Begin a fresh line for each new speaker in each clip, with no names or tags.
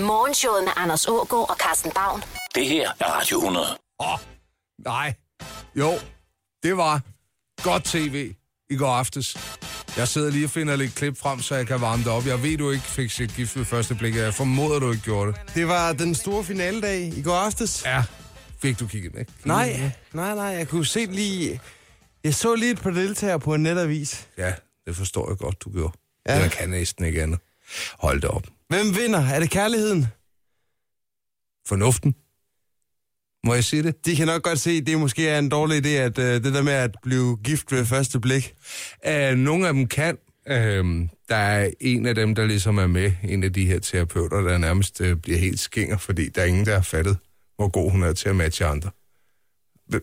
Morgenshowet med Anders Ågaard og Carsten Baum.
Det her er Radio 100.
Åh, oh, nej. Jo, det var godt tv i går aftes. Jeg sidder lige og finder lidt klip frem, så jeg kan varme det op. Jeg ved, du ikke fik set gift ved første blik. Jeg formoder, du ikke gjorde det.
Det var den store finaledag i går aftes.
Ja, fik du kigget med.
Nej, nej, nej, jeg kunne se lige... Jeg så lige et par deltagere på en netavis.
Ja, det forstår jeg godt, du gjorde.
Ja.
Ja. Jeg kan næsten ikke andet. Hold da op.
Hvem vinder? Er det kærligheden?
Fornuften? Må jeg sige det?
De kan nok godt se, at det måske er en dårlig idé, at øh, det der med at blive gift ved første blik.
Uh, nogle af dem kan. Uh, der er en af dem, der ligesom er med, en af de her terapeuter, der nærmest uh, bliver helt skinger, fordi der er ingen, der har fattet, hvor god hun er til at matche andre. Men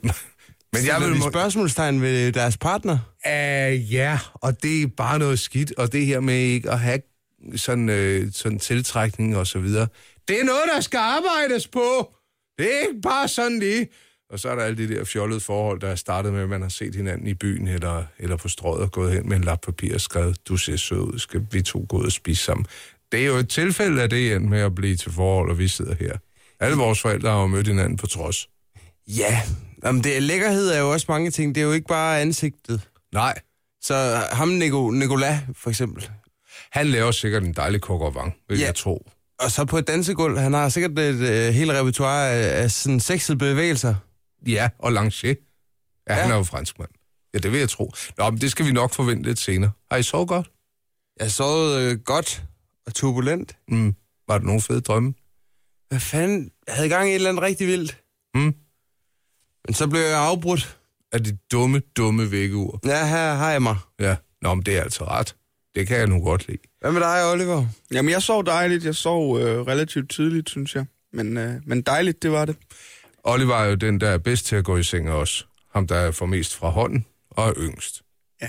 men jeg vil...
Stiller de
må-
spørgsmålstegn ved deres partner.
Uh, ja, og det er bare noget skidt, og det her med ikke at have sådan, øh, sådan tiltrækning og så videre, det er noget, der skal arbejdes på. Det er ikke bare sådan lige. Og så er der alle de der fjollede forhold, der er startet med, at man har set hinanden i byen eller, eller på strøget og gået hen med en lap papir og skrevet, du ser sød ud, skal vi to gå ud og spise sammen. Det er jo et tilfælde af det end med at blive til forhold, og vi sidder her. Alle vores forældre har jo mødt hinanden på trods.
Ja, Jamen, det er lækkerhed er jo også mange ting. Det er jo ikke bare ansigtet.
Nej,
Så øh, ham Nico, Nicola, for eksempel.
han laver sikkert en dejlig kokkervang, vil
Ja.
ja. jeg tro.
Og så på et dansegulv, han har sikkert et øh, helt repertoire af, af sådan sexede bevægelser.
Ja, og Langer. Ja, ja, han er jo franskmand. Ja, det vil jeg tro. Nå, men det skal vi nok forvente lidt senere. Har I sovet godt?
Jeg sovede øh, godt og turbulent.
Mm. Var der nogle fede drømme?
Hvad fanden? Jeg havde gang i et eller andet rigtig vildt.
Mm.
Men så blev jeg afbrudt.
Er det dumme, dumme vækkeur?
Ja, her har jeg mig.
Ja. Nå, men det er altså ret. Det kan jeg nu godt lide.
Hvad med dig, Oliver?
Jamen, jeg sov dejligt. Jeg sov øh, relativt tidligt, synes jeg. Men, øh, men dejligt, det var det.
Oliver er jo den, der er bedst til at gå i seng også. Ham, der får mest fra hånden og er yngst.
Ja.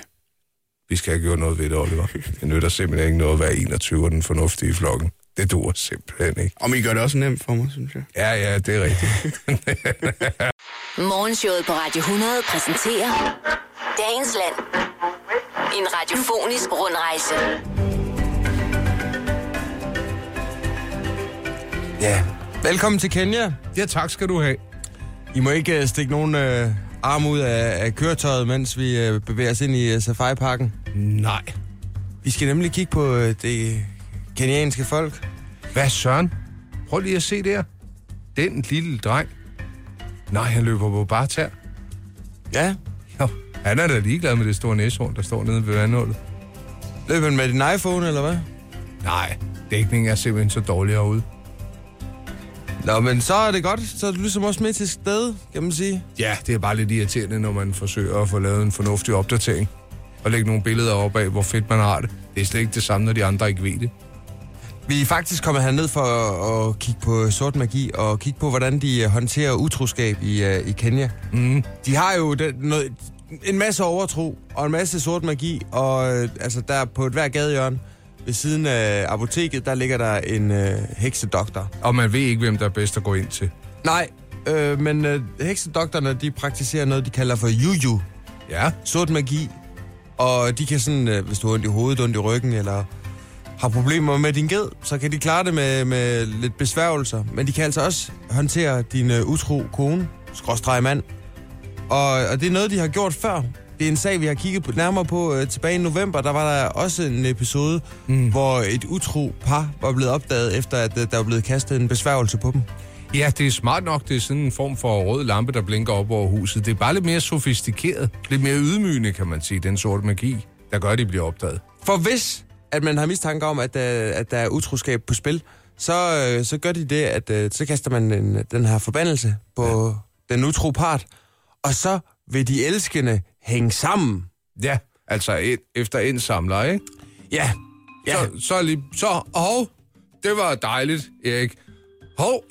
Vi skal have gjort noget ved det, Oliver. Det nytter simpelthen ikke noget at være 21 og den fornuftige i flokken. Det dur simpelthen ikke.
Og I gør det også nemt for mig, synes jeg.
Ja, ja, det er rigtigt.
Morgenshowet på Radio 100 præsenterer Dagens Land. En radiofonisk rundrejse.
Ja. Velkommen til Kenya.
ja, tak skal du have.
I må ikke øh, stikke nogen øh, arm ud af, af køretøjet, mens vi øh, bevæger os ind i øh, safariparken.
Nej.
Vi skal nemlig kigge på øh, det kenyanske folk.
Hvad søren? Prøv lige at se der. Den lille dreng. Nej, han løber på bare tær.
Ja.
Jo, han er da ligeglad med det store næsehorn, der står nede ved vandhullet.
Løb han med din iPhone, eller hvad?
Nej, dækningen er simpelthen så dårlig herude.
Nå, men så er det godt. Så er du ligesom også med til sted, kan man sige.
Ja, det er bare lidt irriterende, når man forsøger at få lavet en fornuftig opdatering. Og lægge nogle billeder op af, hvor fedt man har det. Det er slet ikke det samme, når de andre ikke ved det.
Vi er faktisk kommet herned for at, at kigge på sort magi og kigge på, hvordan de øh, håndterer utroskab i, øh, i Kenya.
Mm.
De har jo den, noget, en masse overtro og en masse sort magi, og øh, altså der på et hver gadehjørne ved siden af apoteket, der ligger der en øh, heksedoktor.
Og man ved ikke, hvem der er bedst at gå ind til.
Nej, øh, men øh, heksedoktorerne, de praktiserer noget, de kalder for juju,
Ja,
sort magi, og de kan sådan, øh, hvis du har ondt i hovedet, ondt i ryggen, eller har problemer med din ged, så kan de klare det med, med lidt besværgelser. Men de kan altså også håndtere din øh, utro kone, skråstreg mand. Og, og det er noget, de har gjort før. Det er en sag, vi har kigget på, nærmere på øh, tilbage i november. Der var der også en episode, mm. hvor et utro par var blevet opdaget, efter at øh, der var blevet kastet en besværgelse på dem.
Ja, det er smart nok. Det er sådan en form for rød lampe, der blinker op over huset. Det er bare lidt mere sofistikeret. Lidt mere ydmygende, kan man sige, den sorte magi, der gør, at de bliver opdaget.
For hvis at man har mistanke om, at der, at der er utroskab på spil, så, øh, så gør de det, at øh, så kaster man en, den her forbandelse på ja. den utro part, og så vil de elskende hænge sammen.
Ja, altså ind, efter en samler, ikke?
Ja, ja. Så.
Så, så lige... Så, hov, det var dejligt, Erik. Hov,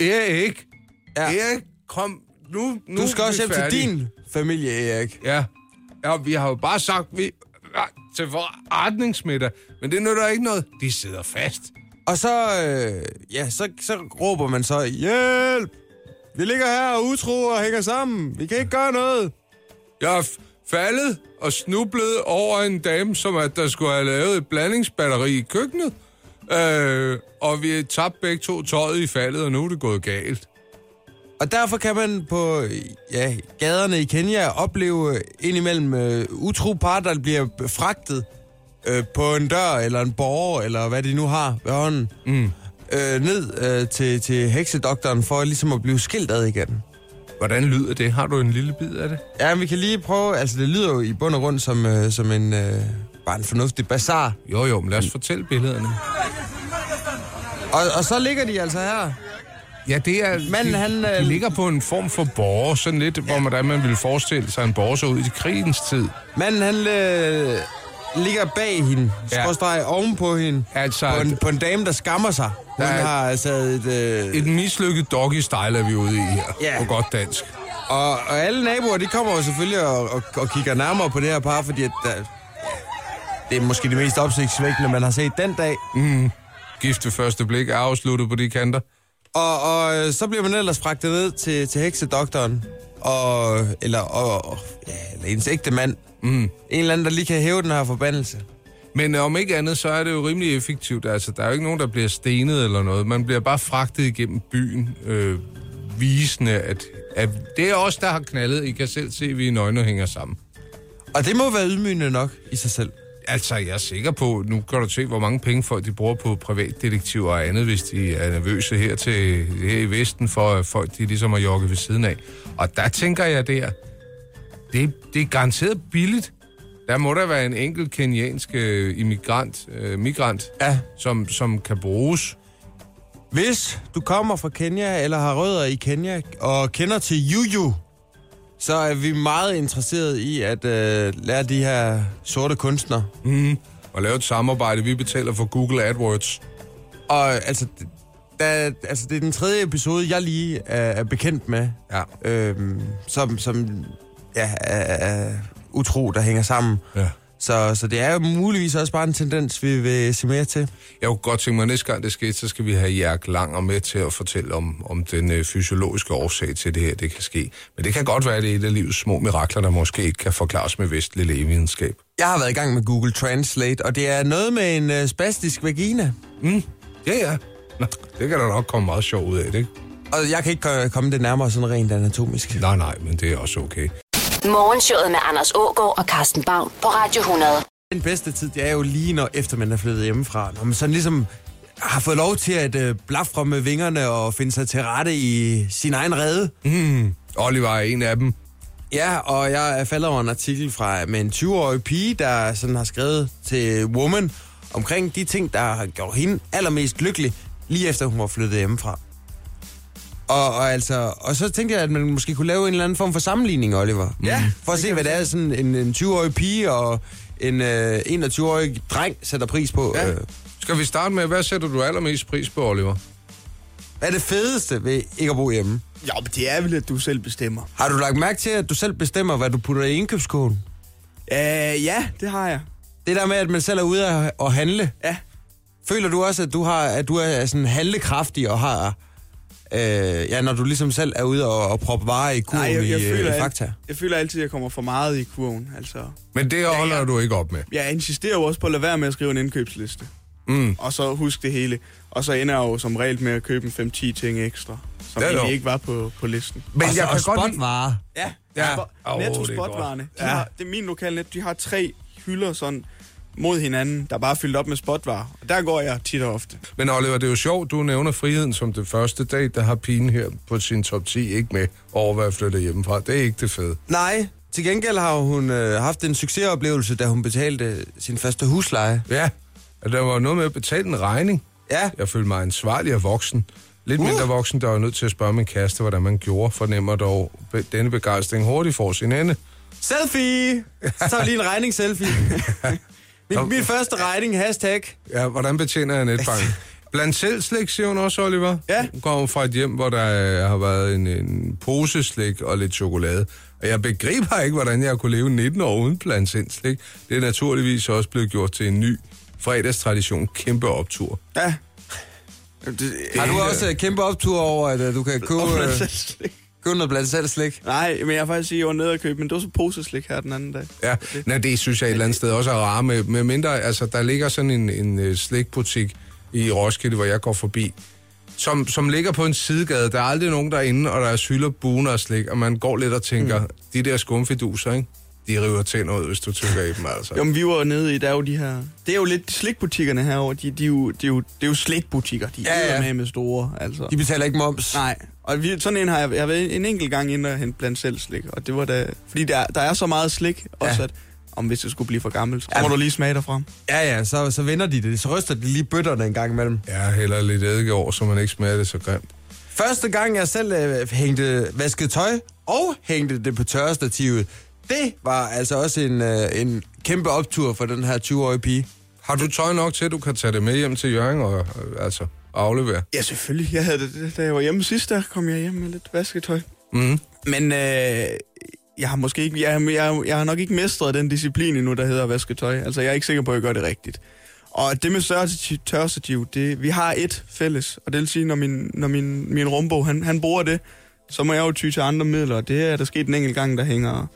Erik,
Ja.
ja. Erik, kom, nu, nu
Du skal
er vi
også hjem til
færdige.
din familie, Erik.
Ja. ja, vi har jo bare sagt, vi... Nej, til forretningsmiddag, men det nytter ikke noget. De sidder fast.
Og så, øh, ja, så, så råber man så, hjælp! Vi ligger her og utro og hænger sammen. Vi kan ikke gøre noget.
Jeg er f- faldet og snublet over en dame, som at der skulle have lavet et blandingsbatteri i køkkenet. Øh, og vi tabte begge to tøjet i faldet, og nu er det gået galt.
Og derfor kan man på ja, gaderne i Kenya opleve indimellem øh, utro par, der bliver fragtet øh, på en dør eller en borger, eller hvad de nu har ved hånden, mm. øh, ned øh, til, til heksedoktoren for ligesom at blive skilt ad igen.
Hvordan lyder det? Har du en lille bid af det?
Ja, men vi kan lige prøve, altså det lyder jo i bund og grund som, øh, som en, øh, bare en fornuftig bazar.
Jo, jo, men lad os fortælle billederne.
Og, og så ligger de altså her.
Ja, det er...
Manden,
de,
han, øh,
de ligger på en form for borger, sådan lidt, ja. hvor man, man ville forestille sig, en borger så ud i krigens tid.
Manden han øh, ligger bag hende,
Ja.
ja. skråstrej ovenpå hende,
Altså,
på, en, på en dame, der skammer sig.
Der
Hun
er-
har altså et... Øh,
et mislykket doggy-style er vi ude i her,
Ja.
på godt dansk.
Og, og alle naboer, de kommer jo selvfølgelig og, og, og kigger nærmere på det her par, fordi at, der, det er måske det mest opsigtsvækkende, man har set den dag.
Gift ved første blik er afsluttet på de kanter.
Og, og øh, så bliver man ellers fragtet ned til, til heksedoktoren, og, eller, og, og, ja, eller ens ægte mand. Mm. En eller anden, der lige kan hæve den her forbandelse.
Men øh, om ikke andet, så er det jo rimelig effektivt. Altså, der er jo ikke nogen, der bliver stenet eller noget. Man bliver bare fragtet igennem byen, øh, visende, at, at det er os, der har knaldet. I kan selv se, at vi er nøgne og hænger sammen.
Og det må være ydmygende nok i sig selv.
Altså, jeg er sikker på, nu kan du se, hvor mange penge folk de bruger på privatdetektiver og andet, hvis de er nervøse her, til, her i Vesten, for at folk de ligesom er jogget ved siden af. Og der tænker jeg der, det, det er garanteret billigt. Der må der være en enkelt kenyansk øh, immigrant, øh, migrant,
Ja.
som, som kan bruges.
Hvis du kommer fra Kenya eller har rødder i Kenya og kender til Juju, så er vi meget interesserede i at øh, lære de her sorte kunstnere.
Og lave et samarbejde. Vi betaler for Google AdWords.
Og altså, d- der, altså det er den tredje episode, jeg lige er, er bekendt med,
Ja.
øhm, som, som ja, er, er utro, der hænger sammen.
ja.
Så, så det er jo muligvis også bare en tendens, vi vil se mere til.
Jeg kunne godt tænke mig, at næste gang det sker, så skal vi have Jærk Langer med til at fortælle om, om den øh, fysiologiske årsag til det her, det kan ske. Men det kan godt være, at det er et af livets små mirakler, der måske ikke kan forklares med vestlig lægevidenskab.
Jeg har været i gang med Google Translate, og det er noget med en øh, spastisk vagina.
Ja, ja. Nå, det kan der nok komme meget sjovt ud af, det.
Og jeg kan ikke ko- komme det nærmere sådan rent anatomisk.
Nej, nej, men det er også okay.
Morgenshowet med Anders Ågaard og Carsten Baum på Radio 100.
Den bedste tid, det er jo lige når efter man er flyttet hjemmefra. Når man sådan ligesom har fået lov til at øh, blafre med vingerne og finde sig til rette i sin egen rede.
Oliver er en af dem.
Ja, og jeg er faldet over en artikel fra med en 20-årig pige, der sådan har skrevet til Woman omkring de ting, der har gjort hende allermest lykkelig, lige efter hun var flyttet hjemmefra. Og, og, altså, og så tænkte jeg, at man måske kunne lave en eller anden form for sammenligning, Oliver. Mm. Ja. For at se, hvad det er, sådan en, en 20-årig pige og en øh, 21-årig dreng sætter pris på. Ja. Øh,
Skal vi starte med, hvad sætter du allermest pris på, Oliver?
hvad er det fedeste ved ikke at bo hjemme?
Jo, men det er vel, at du selv bestemmer.
Har du lagt mærke til, at du selv bestemmer, hvad du putter i indkøbskålen?
Øh, ja, det har jeg.
Det der med, at man selv er ude at, at handle.
Ja.
Føler du også, at du, har, at du er sådan handlekraftig og har... Øh, ja, når du ligesom selv er ude og, og proppe varer i kurven
Nej, jeg, jeg,
i, øh,
føler,
i Fakta.
jeg, jeg føler altid, at jeg kommer for meget i kurven. Altså,
Men det holder ja, ja. du ikke op med.
jeg insisterer jo også på at lade være med at skrive en indkøbsliste. Mm. Og så husk det hele. Og så ender jeg jo som regel med at købe en 5-10 ting ekstra, som
Ja, jo.
egentlig ikke var på, på listen.
Men
og, så-
jeg
og
kan godt lide-
spotvarer.
Ja,
Ja.
ja.
Åh,
Spo-
det er
netto
godt.
spotvarerne. De
Ja.
har, det er min lokale net. De har tre hylder sådan mod hinanden, der er bare er fyldt op med spotvarer. Og der går jeg tit og ofte.
Men Oliver, det er jo sjovt, du nævner friheden som det første dag, der har pigen her på sin top 10 ikke med over, hvad jeg flytter hjemmefra. Det er ikke det fede.
Nej, til gengæld har hun øh, haft en succesoplevelse, da hun betalte sin første husleje.
Ja, og der var noget med at betale en regning.
Ja,
Jeg følte mig ansvarlig og voksen. Lidt uh. mindre voksen, der var nødt til at spørge min kæreste, hvordan man gjorde, fornemmer dog be- denne begejstring hurtigt får sin ende.
selfie! Så tager vi lige en regning-selfie. min, min første regning, hashtag.
Ja, hvordan betjener jeg netbanken? Blandt selv slik, siger hun også, Oliver.
Ja.
Hun kommer fra et hjem, hvor der øh, har været en, en pose slik og lidt chokolade. Og jeg begriber ikke, hvordan jeg kunne leve 19 år uden blandt selv slik. Det er naturligvis også blevet gjort til en ny fredagstradition. Kæmpe optur.
Ja. Jamen, Det,
Har du også øh, kæmpe optur over, at øh, du kan købe,
Åh, men
øh,
så slik.
købe noget blandt selv slik?
Nej, men jeg har faktisk sige, at jeg var nede og købe en dåse poseslik her den anden dag.
Ja, nej, det synes jeg et eller andet sted også er rare med, med mindre, altså der ligger sådan en, en øh, slikbutik i Roskilde, hvor jeg går forbi, som, som ligger på en sidegade. Der er aldrig nogen derinde, og der er sylder, buner og slik, og man går lidt og tænker, mm. de der skumfiduser, ikke? de river tænder ud, hvis du tykker i dem, altså.
Jo, men vi var jo nede i, der er jo de her... Det er jo lidt slikbutikkerne herovre, de, de, er, jo, de er jo, det er jo slikbutikker, de
Ja, ja.
er ja, med med store, altså.
De betaler ikke moms.
Nej, og vi, sådan en har jeg, jeg har været en enkelt gang inde og hente blandt selv slik, og det var da... Fordi der, der er så meget slik, også
Ja.
at om hvis det skulle blive for gammelt, så må du lige smage derfra.
Ja, ja, så, så vender de det. Så ryster de lige bøtterne en gang imellem.
Ja, heller lidt eddike over, så man ikke smager det så grimt.
Første gang, jeg selv øh, hængte vasket tøj og hængte det på tørrestativet, det var altså også en, øh, en kæmpe optur for den her 20-årige pige.
Har du tøj nok til, at du kan tage det med hjem til Jørgen og øh, altså, aflevere?
Ja, selvfølgelig. Jeg havde det, da jeg var hjemme sidst, der kom jeg hjem med lidt vasketøj.
Mm.
Men øh, jeg har måske ikke, jeg, jeg, jeg har nok ikke mestret den disciplin endnu, der hedder vasketøj. Altså, jeg er ikke sikker på, at jeg gør det rigtigt. Og det med større- tørstativ, det, vi har et fælles. Og det vil sige, når min, når min, min rumbo, han, han bruger det, så må jeg jo ty til andre midler. Og det er der sket en enkelt gang, der hænger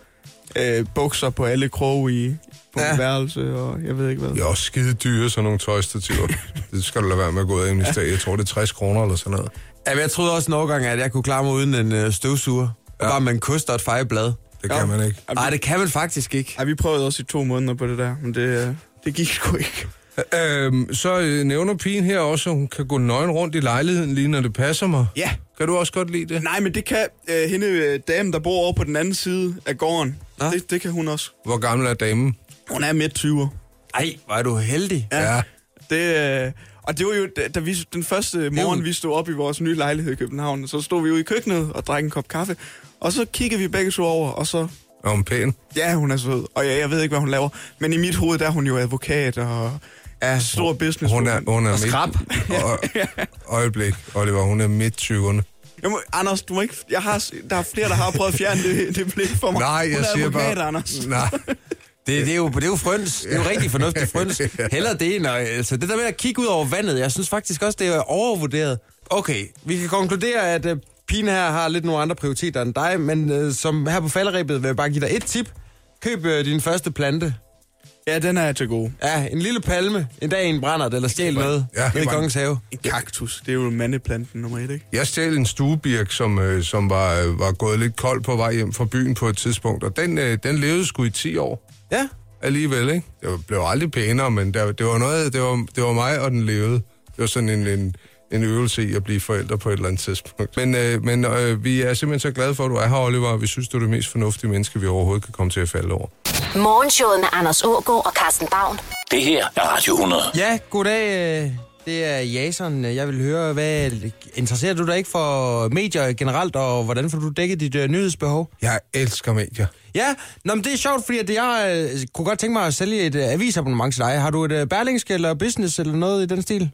øh, bukser på alle kroge i på
Ja.
ja. værelse, og jeg ved ikke hvad.
Det er også skide dyre, sådan nogle tøjstativer. det skal du lade være med at gå ud og investere. Jeg tror, det er 60 kroner eller sådan noget.
Jamen, jeg troede også en overgang, at jeg kunne klare mig uden en øh, støvsuger. Ja. Bare med en kost og et fejeblad.
Det
Ja.
kan man ikke.
Nej, det kan man faktisk ikke.
Ej, vi prøvede også i to måneder på det der, men det, øh, det gik sgu ikke.
Øhm, så øh, nævner pigen her også, at hun kan gå nøgen rundt i lejligheden, lige når det passer mig.
Ja.
Kan du også godt lide det?
Nej, men det kan øh, hende øh, dame, der bor over på den anden side af gården.
Nå.
Det, det kan hun også.
Hvor gammel er damen?
Hun er midt 20'er.
Ej, var du heldig. Ja.
Det, øh, og det var jo, da- da vi, den første morgen, vi stod op i vores nye lejlighed i København, så stod vi ude i køkkenet og drak en kop kaffe. Og så kiggede vi begge to over, og så,
Er hun pæn?
ja, hun er sød. Og ja, jeg ved ikke, hvad hun laver. Men i mit hoved, der er hun jo advokat og er stor business.
Hun er, hun er
Og skrab.
Og, øjeblik, Oliver, hun er midt 20'erne.
Jeg må, Anders, du må ikke... Jeg har, der er flere, der har prøvet at fjerne det, det blik for mig.
Nej,
hun
jeg
er
siger
advokat,
bare...
Anders.
Nej,
Det, det, er jo, det er jo frøns. Det er jo rigtig fornuftig frøns. Heller det end at- altså, det der med at kigge ud over vandet, jeg synes faktisk også, det er overvurderet. Okay, vi kan konkludere, at øh, pigen her har lidt nogle andre prioriteter end dig, men øh, som her på falderæbet vil jeg bare give dig et tip. Køb øh, din første plante.
Ja, den er jeg til gode.
Ja, en lille palme. En dag en brænder det, eller stjæl noget.
Ja,
Ja, det er
helt
kongens have.
En kaktus, det er jo mandeplanten nummer et, ikke?
Jeg stjal en stuebirk, som, øh, som var, øh, var gået lidt kold på vej hjem fra byen på et tidspunkt, og den, øh, den levede sgu i 10 år
Ja,
alligevel, ikke? Det var- blev aldrig pænere, men der, det, var noget, det, var, det var mig, og den levede. Det var sådan en, en, en øvelse i at blive forældre på et eller andet tidspunkt. Men, øh, men øh, vi er simpelthen så glade for, at du er her, Oliver, og vi synes, du er det mest fornuftige menneske, vi overhovedet kan komme til at falde over.
Morgenshowet med Anders Ågaard og Carsten Baum.
Det her er Radio 100.
Ja, goddag. øh, Det er Jason. Jeg vil høre, hvad interesserer du dig ikke for medier generelt, og hvordan får du dækket dit øh, nyhedsbehov?
Jeg elsker medier.
Ja, nå, men det er sjovt, fordi at jeg øh, kunne godt tænke mig at sælge et øh, avisabonnement til dig. Har du et øh, berlingske eller business eller noget i den stil?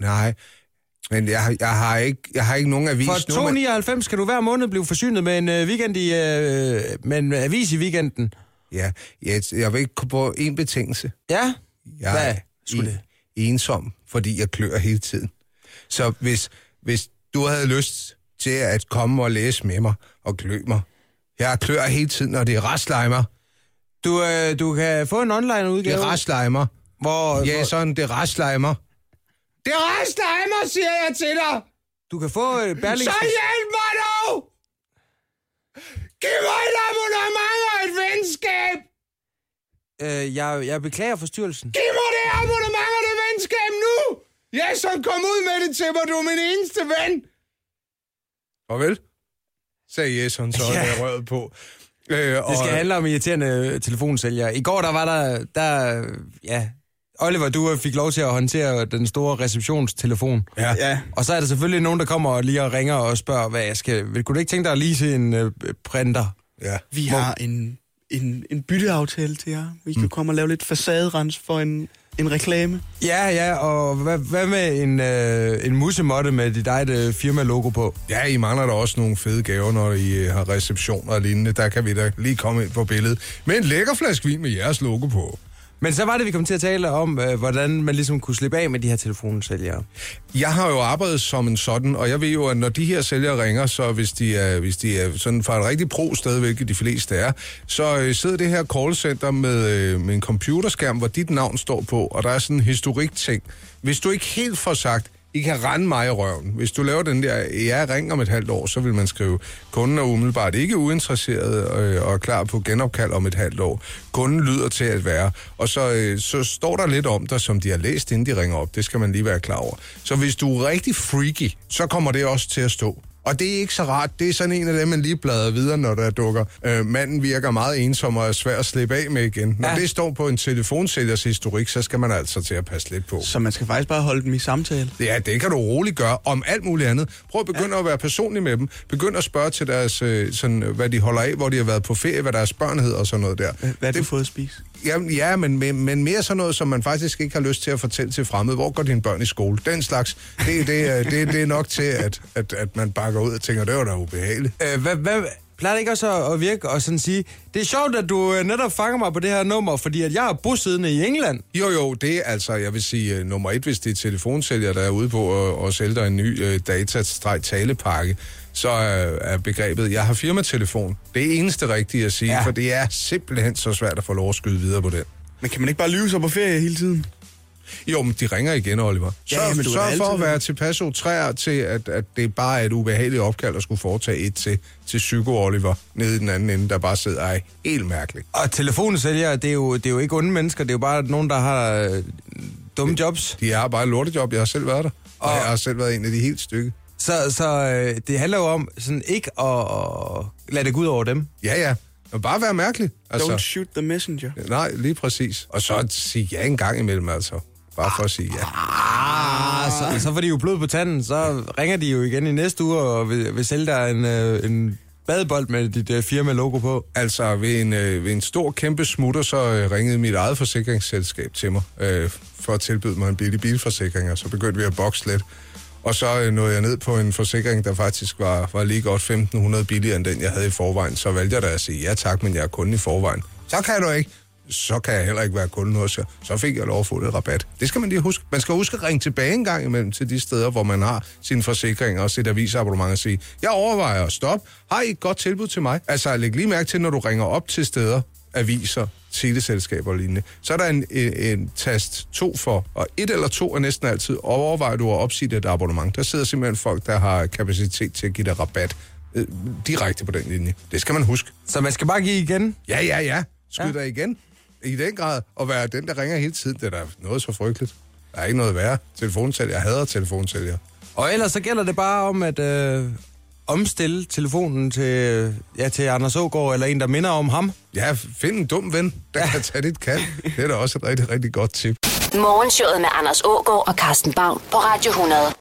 Nej, men jeg, har- jeg, har, ikke, jeg har ikke nogen avis nu, men-
For 2,99 kan du hver måned blive forsynet med en, øh, weekend i, øh, med en avis i weekenden.
Ja, jeg, jeg vil ikke på en betingelse.
Ja?
Jeg
Hvad
er
skulle
en,
det?
ensom, fordi jeg klør hele tiden. Så hvis, hvis du havde lyst til at komme og læse med mig og klø mig, jeg klør hele tiden, og det er raslejmer.
Du, øh, du kan få en online
Det
udgave.
er raslejmer.
hvor,
Ja,
hvor,
sådan, det er raslejmer. Det er raslejmer, siger jeg til dig!
du kan få øh,
Så
berlingske...
hjælp mig dog! Giv mig et abonnement og et venskab!
Øh, jeg, jeg beklager forstyrrelsen.
Giv mig det abonnement og det venskab nu! Ja, så kom ud med det til mig, du er min eneste ven! Farvel, sagde Jason så
Ja.
ja. røret på. Øh, og,
Det skal handle om irriterende øh, telefonsælgere. I går, der var der... der øh, ja, Oliver, du øh, fik lov til at håndtere den store receptionstelefon.
Ja.
Ja,
Og så er der selvfølgelig nogen, der kommer og lige og ringer og spørger, hvad jeg skal... Vil- Kunne du ikke tænke dig at lease en øh, printer?
ja.
vi har en, en, en bytteaftale til jer. Vi kan komme og lave lidt facaderens for en, en reklame.
Ja, ja, og hvad, hvad med en, øh, en musemotte med dit eget øh, firma-logo på?
ja, I mangler da også nogle fede gaver, når I øh, har receptioner og lignende. Der kan vi da lige komme ind på billedet. Med en lækker flaske vin med jeres logo på.
Men så var det, vi kom til at tale om, øh, hvordan man ligesom kunne slippe af med de her telefonsælgere.
Jeg har jo arbejdet som en sådan, og jeg ved jo, at når de her sælgere ringer, så hvis de er, hvis de er sådan fra et rigtig pro sted, hvilket de fleste er, så øh, sidder det her callcenter med, øh, med en computerskærm, hvor dit navn står på, og der er sådan en historik-ting. Hvis du ikke helt får sagt, I kan rende mig i røven. Hvis du laver den der, jeg ringer om et halvt år, så vil man skrive, kunden er umiddelbart ikke uinteresseret øh, og er klar på genopkald om et halvt år. Kunden lyder til at være. Og så, øh, så står der lidt om dig, som de har læst, inden de ringer op. Det skal man lige være klar over. Så hvis du er rigtig freaky, så kommer det også til at stå. Og det er ikke så rart. Det er sådan en af dem, man lige bladrer videre, når der dukker. Øh, manden virker meget ensom og er svær at slippe af med igen. Når ja.
Ja.
det står på en telefonsælgers historik, så skal man altså til at passe lidt på.
Så man skal faktisk bare holde dem i samtale.
Ja, det kan du roligt gøre om alt muligt andet. Prøv at begynde ja. at være personlig med dem. Begynd at spørge til deres, øh, sådan, hvad de holder af, hvor de har været på ferie, hvad deres børn hedder og sådan noget der.
Hvad har du fået at spise?
Jamen, ja, men, men, men mere sådan noget, som man faktisk ikke har lyst til at fortælle til fremmede. Hvor går dine børn i skole? Den slags. Det, det, er- det, det er nok til, at, at, at man bakker ud og tænker, det var da ubehageligt.
Øh, hvad, hvad, plejer det ikke også at, at virke og sådan sige, det er sjovt, at du øh, netop fanger mig på det her nummer, fordi at jeg er bosiddende i England.
Jo, jo, det er altså, jeg vil sige, øh, nummer et, hvis det er telefonsælger, der er ude på at, at sælge dig en ny øh, data-talepakke, så øh, er begrebet, jeg har firmatelefon. Det er eneste rigtige at sige, ja.
Ja.
for det er simpelthen så svært at få lov at skyde videre på den.
Men kan man ikke bare lyve sig på ferie hele tiden?
Jo, men de ringer igen, Oliver. Sørg, ja,
men du er da
sørg for at
altid-
være tilpas træer til, at, at det bare er et ubehageligt opkald at skulle foretage et til, til psyko-Oliver nede i den anden ende, der bare sidder ej, helt mærkeligt.
Og telefonsælgere, det er, jo, det er jo ikke onde mennesker, det er jo bare nogen, der har øh, dumme jobs.
De har bare et lortejob, jeg har selv været der. Og
Og-
jeg har selv været en af de helt stykke.
Så, så øh, det handler jo om sådan ikke at, at lade det gå ud over dem.
Ja, ja. Men bare være mærkelig.
Don't
Altså,
shoot the messenger.
nej, lige præcis. Og så sige ja en gang imellem, altså. Bare for at sige ja.
Ah, så, så får de jo blod på tanden, så ringer de jo igen i næste uge og vil, vil sælge dig en, øh, en badebold med dit øh, firma-logo på.
Altså, ved en, øh, ved en stor, kæmpe smutter, så øh, ringede mit eget forsikringsselskab til mig, øh, for at tilbyde mig en billig bilforsikring, og så begyndte vi at bokse lidt. Og så øh, nåede jeg ned på en forsikring, der faktisk var, var lige godt 1.500 billigere end den, jeg havde i forvejen. Så valgte jeg da at sige, ja tak, men jeg er kunde i forvejen. Så kan du ikke. Så kan jeg heller ikke være kunde hos jer. Så fik jeg lov at få lidt rabat. Det skal man lige huske. Man skal huske at ringe tilbage en gang imellem til de steder, hvor man har sin forsikring og sit avisabonnement og sige, jeg overvejer at stoppe. Har I et godt tilbud til mig? Altså, læg lige mærke til, når du ringer op til steder, aviser, teleselskaber og lignende, så er der en, en, en tast to for, og et eller to er næsten altid, overvejer du at opsige dit abonnement. Der sidder simpelthen folk, der har kapacitet til at give dig rabat øh, direkte på den linje. Det skal man huske.
Så man skal bare give igen.
Ja, ja, ja. Skyd ja.
Ja.
dig igen. I den grad. Og være den, der ringer hele tiden, det er da noget så frygteligt. Der er ikke noget værre. Telefonsælger. Jeg hader telefonsælger.
Og ellers så gælder det bare om at øh, omstille telefonen til, øh, ja, til Anders Ågaard eller en, der minder om ham.
Ja, find en dum ven, der kan tage dit kald. Det er da også et rigtig, rigtig godt tip.
Morgenshowet med Anders Ågaard og Carsten Baum på Radio 100.